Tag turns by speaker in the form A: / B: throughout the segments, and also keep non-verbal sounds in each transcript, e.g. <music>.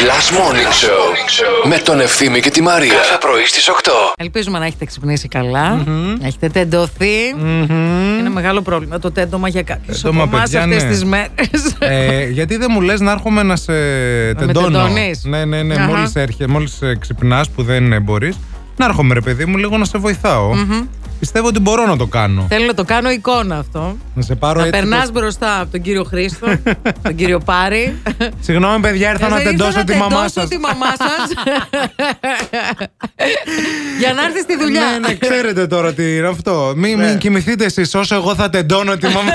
A: Last Morning Show με τον Ευθύμη και τη Μαρία. Κάθε πρωί στις 8.
B: Ελπίζουμε να έχετε ξυπνήσει καλά, να έχετε τεντωθεί. Είναι μεγάλο πρόβλημα το τέντομα για κάποιους από
C: Τέντομα,
B: εμάς
C: παιδιά,
B: αυτές
C: ναι.
B: τις
C: <laughs>
B: μέρες.
C: Ε, γιατί δεν μου λες να έρχομαι να σε τεντώνω.
B: τεντώνεις?
C: ναι, ναι, ναι.
B: Αχα.
C: Μόλις έρχεσαι, μόλι ξυπνά ε, που δεν μπορείς, να έρχομαι ρε παιδί μου λίγο να σε βοηθαω Πιστεύω ότι μπορώ να το κάνω.
B: Θέλω να το κάνω εικόνα αυτό.
C: Να σε πάρω
B: Να
C: έτσι.
B: περνάς
C: το-
B: μπροστά από τον κύριο Χρήστο,
C: <laughs>
B: τον κύριο Πάρη.
C: Συγγνώμη, παιδιά, ήρθα να
B: Ήρθα
C: τεντώσω τη μαμά
B: Ε, τεντώσω
C: σας.
B: τη μαμά
C: <laughs>
B: σας. Για να έρθεις στη δουλειά.
C: Ναι, ναι, ξέρετε τώρα τι είναι αυτό. Μην, μην κοιμηθείτε εσείς όσο εγώ θα τεντώνω τη
B: <laughs>
C: μαμά.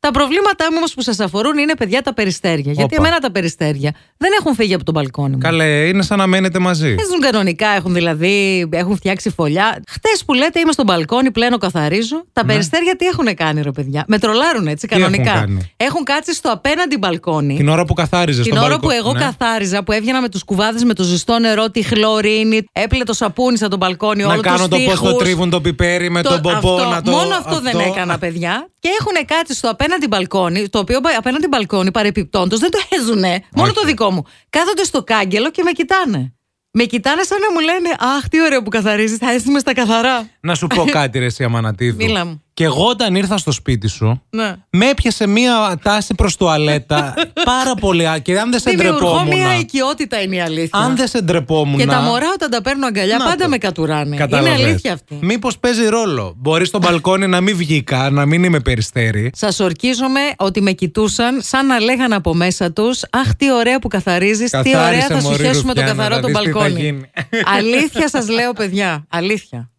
B: Τα προβλήματά μου όμως που σας αφορούν είναι παιδιά τα περιστέρια. Γιατί
C: Όπα.
B: εμένα τα περιστέρια δεν έχουν φύγει από τον μπαλκόνι μου.
C: Καλέ, είναι σαν να μένετε μαζί.
B: Παίζουν κανονικά, έχουν δηλαδή έχουν φτιάξει φωλιά. Χτες που λέτε είμαι στο μπαλκόνι, πλένω, καθαρίζω. Τα
C: Ναι.
B: περιστέρια τι έχουν κάνει, ρε παιδιά. Με τρολάρουν έτσι
C: έχουν
B: κανονικά.
C: κάνει?
B: Έχουν κάτσει στο απέναντι μπαλκόνι.
C: Την ώρα που καθάριζες
B: Την
C: τον
B: ώρα
C: μπαλκό-
B: που εγώ
C: Ναι.
B: καθάριζα, που έβγαινα με τους κουβάδες με το ζεστό νερό, τη χλωρίνη, έπλε το σαπούνι σαν τον μπαλκόνι,
C: Να
B: όλο
C: κάνω το πώς
B: πώς
C: το τρίβουν το πιπέρι με Ε, τον πομπό.
B: αυτό,
C: να το-
B: Μόνο αυτό, δεν έκανα, παιδιά. Και έχουν κάτσει στο απέναντι μπαλκόνι, το οποίο μπα- απέναντι μπαλκόνι παρεπιπτόντως δεν το έζουνε. Μόνο
C: Όχι.
B: το δικό μου. Κάθονται στο κάγκελο και με κοιτάνε. Με κοιτάνε σαν να μου λένε Αχ, τι ωραίο που καθαρίζεις, θα έρθουμε στα καθαρά.
C: Να σου
B: <laughs>
C: πω κάτι, ρε Σιαμανατίδου.
B: Μίλα μου.
C: Και εγώ όταν ήρθα στο σπίτι σου,
B: Ναι.
C: με έπιασε μία τάση προς
B: <laughs>
C: τουαλέτα πάρα πολύ. ά- Και αν δεν σε
B: Δημιουργώ
C: ντρεπόμουν.
B: μία οικειότητα είναι η αλήθεια.
C: Αν δεν σε ντρεπόμουν.
B: και τα μωρά όταν τα παίρνω αγκαλιά
C: Να
B: πάντα
C: το.
B: με κατουράνε. Είναι αλήθεια αυτή.
C: Μήπως παίζει ρόλο. Μπορείς στο μπαλκόνι να μην βγήκα, να μην είμαι περιστέρι.
B: Σας ορκίζομαι ότι με κοιτούσαν σαν να λέγανε από μέσα τους Αχ, τι ωραία που καθαρίζεις, τι
C: Καθάρισε,
B: ωραία θα σου
C: μωρή
B: χέσουμε το
C: Ρουφιάνα,
B: καθαρό
C: να
B: τον
C: δεις τι θα
B: μπαλκόνι.
C: γίνει. <laughs>
B: αλήθεια σας λέω, παιδιά. Αλήθεια.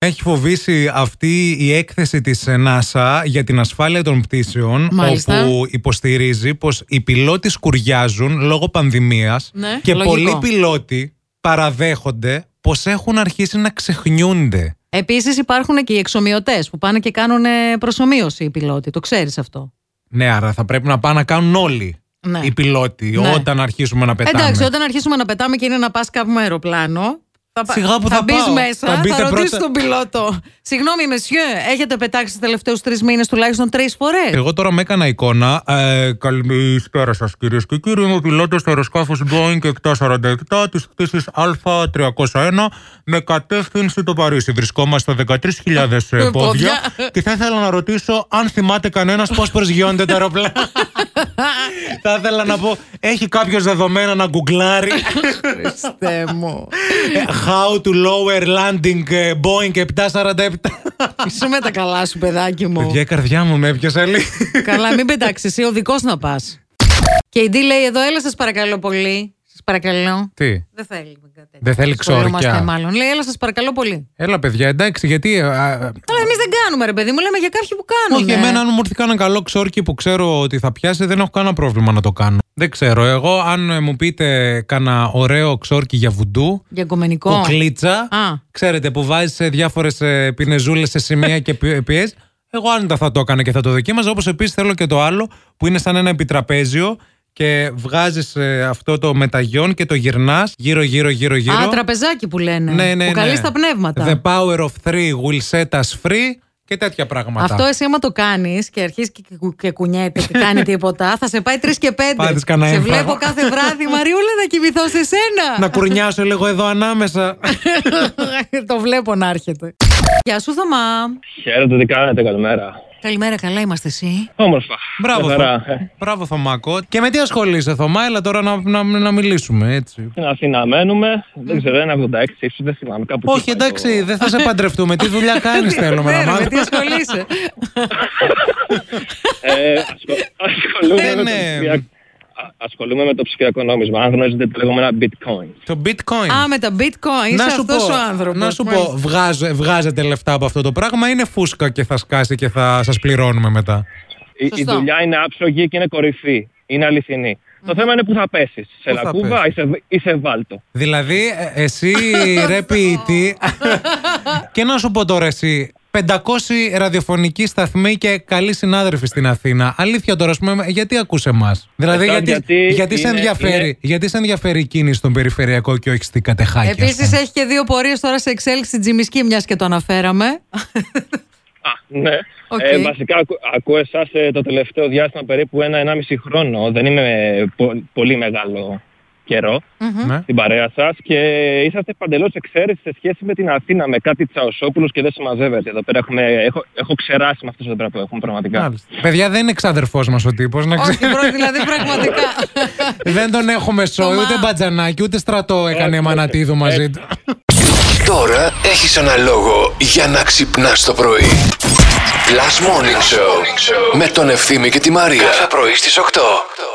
C: Έχει φοβήσει αυτή η έκθεση της NASA για την ασφάλεια των πτήσεων
B: Μάλιστα.
C: όπου υποστηρίζει πως οι πιλότοι σκουριάζουν λόγω πανδημίας
B: Ναι,
C: και
B: λογικό.
C: πολλοί πιλότοι παραδέχονται πως έχουν αρχίσει να ξεχνιούνται.
B: Επίσης υπάρχουν και οι εξομοιωτές που πάνε και κάνουν ε, προσωμείωση οι πιλότοι. Το ξέρεις αυτό.
C: Ναι, άρα θα πρέπει να πάνε να κάνουν όλοι
B: Ναι.
C: οι πιλότοι
B: Ναι.
C: όταν αρχίσουμε να πετάμε.
B: Εντάξει, όταν αρχίσουμε να πετάμε και είναι να πας κάπου με αεροπλάνο. Θα, πα-
C: Σιγά που θα
B: μπεις
C: πάω.
B: μέσα,
C: Θα
B: θα,
C: μπείτε
B: ρωτήσεις
C: πρώτα.
B: τον πιλότο. Συγγνώμη, μεσιέ, έχετε πετάξει τους τελευταίους τρεις μήνες τουλάχιστον τρεις φορές.
C: Εγώ τώρα με έκανα εικόνα. Ε, καλησπέρα σας, κυρίες και κύριοι. Είμαι ο πιλότος του αεροσκάφου Boeing 747 τη πτήση Α301 με κατεύθυνση το Παρίσι. Βρισκόμαστε 13.000
B: Πόδια.
C: πόδια, ε, πόδια και θα ήθελα να ρωτήσω αν θυμάται κανένας πώς προσγειώνεται τα <laughs> αεροπλάνα. θα ήθελα να πω, έχει κάποιος δεδομένα να γκουγκλάρει
B: <laughs> Χριστέ μου.
C: ε, how to lower landing ε, Boeing 747.
B: Είσαι με τα καλά σου, παιδάκι μου.
C: Παιδιά, η καρδιά μου με έπιασε λίγο.
B: Καλά, μην πετάξεις. Εσύ ο δικός να πας. Και η Ντί λέει εδώ, έλα σας παρακαλώ πολύ. Σα παρακαλώ.
C: Τι.
B: Δεν θέλει με κάτι τέτοιο.
C: Δεν θέλει
B: Σχολιόμαστε
C: ξόρκια.
B: μάλλον. Λέει, έλα σας παρακαλώ πολύ.
C: Έλα, παιδιά, εντάξει, γιατί. ε, α,
B: Αλλά εμείς δεν κάνουμε, ρε παιδί μου. Λέμε για κάποιοι που κάνουν.
C: Όχι, εμένα αν μου έρθει κανένα καλό ξόρκι που ξέρω ότι θα πιάσει, δεν έχω κανένα πρόβλημα να το κάνω. Δεν ξέρω. Εγώ, αν ε, μου πείτε κανένα ωραίο ξόρκι για βουντού,
B: Για κομμενικό.
C: κουκλίτσα,
B: Α.
C: ξέρετε, που βάζεις σε διάφορες πινεζούλες σε σημεία και πι- πιέζει. Εγώ άνετα θα το έκανα και θα το δοκίμαζα. Όπως επίσης θέλω και το άλλο που είναι σαν ένα επιτραπέζιο και βγάζεις αυτό το μεταγιόν και το γυρνάς γύρω-γύρω-γύρω-γύρω.
B: Α, τραπεζάκι που λένε.
C: Ναι, ναι,
B: που
C: ναι.
B: καλείς τα πνεύματα.
C: The power of three will set us free και τέτοια πράγματα.
B: Αυτό εσύ άμα το κάνεις και αρχίσει και, κου- και κουνιέται και κάνει τίποτα, θα σε πάει 3 και 5.
C: Πάρεις κανένα
B: σε
C: έμφραγο.
B: βλέπω κάθε βράδυ, Μαριούλα, να κοιμηθώ σε σένα.
C: Να κουρνιάσω λίγο εδώ
B: <laughs>
C: ανάμεσα.
B: το βλέπω να έρχεται. Γεια σου, Θωμά.
D: Χαίρετε, τι κάνετε, καλημέρα.
B: Καλημέρα, καλά είμαστε εσύ.
D: Όμορφα.
C: Μπράβο,
D: Μια χαρά. Ε,
C: Θω... Μπράβο, Θωμάκο. Και με τι ασχολείσαι, Θωμά, έλα τώρα να, να, να μιλήσουμε, έτσι.
D: Στην Αθήνα μένουμε. Δεν ξέρω, ένα 86 ίσως, δεν θυμάμαι κάπου. εκεί
C: Όχι,
D: πάει το-
C: εντάξει, δεν θα σε παντρευτούμε. Τι δουλειά κάνεις, θέλουμε
B: <laughs> Ναι,
C: να
B: ρε, με τι
C: μάθουμε.
B: ασχολείσαι.
D: Ε, ασχο- ασχολούμαι,
C: <laughs> Ε,
D: με το
C: ναι.
D: ψηφιακό- α- ασχολούμαι με το ψηφιακό νόμισμα. Αν γνωρίζετε τα λεγόμενα bitcoin.
C: Το bitcoin.
B: Α, με τα bitcoin. Είσαι αυτός ο άνθρωπος. ναι.
C: να σου Ε. πω,
B: Μάλιστα.
C: βγάζε- βγάζετε λεφτά από αυτό το πράγμα, είναι φούσκα και θα σκάσει και θα σας πληρώνουμε μετά.
D: Η, η
B: Σωστό.
D: δουλειά είναι άψογη και είναι κορυφή. Είναι αληθινή. Το θέμα είναι που θα πέσεις. Σε
C: Πού θα
D: λακκούβα ή, σε- ή σε βάλτο.
C: Δηλαδή, ε, εσύ ρε ποιητή, και να σου πω τώρα εσύ, 500 ραδιοφωνικοί σταθμοί και καλοί συνάδελφοι στην Αθήνα. Αλήθεια τώρα, ας πούμε, γιατί ακούς εμάς. Δηλαδή,
D: Εκτός
C: γιατί, γιατί,
D: γιατί
C: σε
D: είναι-
C: ενδιαφέρει,
D: είναι-
C: γιατί σε ενδιαφέρει η κίνηση στον περιφερειακό και όχι στην Κατεχάκη. ας
B: Επίσης
C: πούμε.
B: έχει και δύο πορείες τώρα σε εξέλιξη στην Τζιμισκή, μιας και το αναφέραμε.
D: Α, ναι.
B: Οκ.
D: Ε, βασικά ακού- ακούω εσάς το τελευταίο διάστημα περίπου ένα-ενάμιση χρόνο. Δεν είναι ε, πο- πολύ μεγάλο καιρό
B: ε, Μμμ.
C: Ναι.
D: στην παρέα σας και είσαστε παντελώς εξαίρεση σε σχέση με την Αθήνα με κάτι Τσαοσόπουλο και δεν συμμαζεύεται. Εδώ πέρα έχουμε, έχω, έχω ξεράσει με αυτούς εδώ πέρα που έχουμε πραγματικά.
C: Μάλιστα. Παιδιά, δεν είναι ξαδερφό μας ο τύπος. Να
B: Όχι,
C: ξέρει.
B: προ- δηλαδή πραγματικά.
C: δεν τον έχουμε σόι,
B: Θωμά.
C: ούτε μπατζανάκι, ούτε στρατό έκανε η Μανατίδου
D: Ε,
C: μαζί του.
A: Τώρα έχεις ένα λόγο για να ξυπνάς το πρωί. Last Morning Show με τον Ευθύμη και τη Μαρία. Κάθε πρωί στις 8.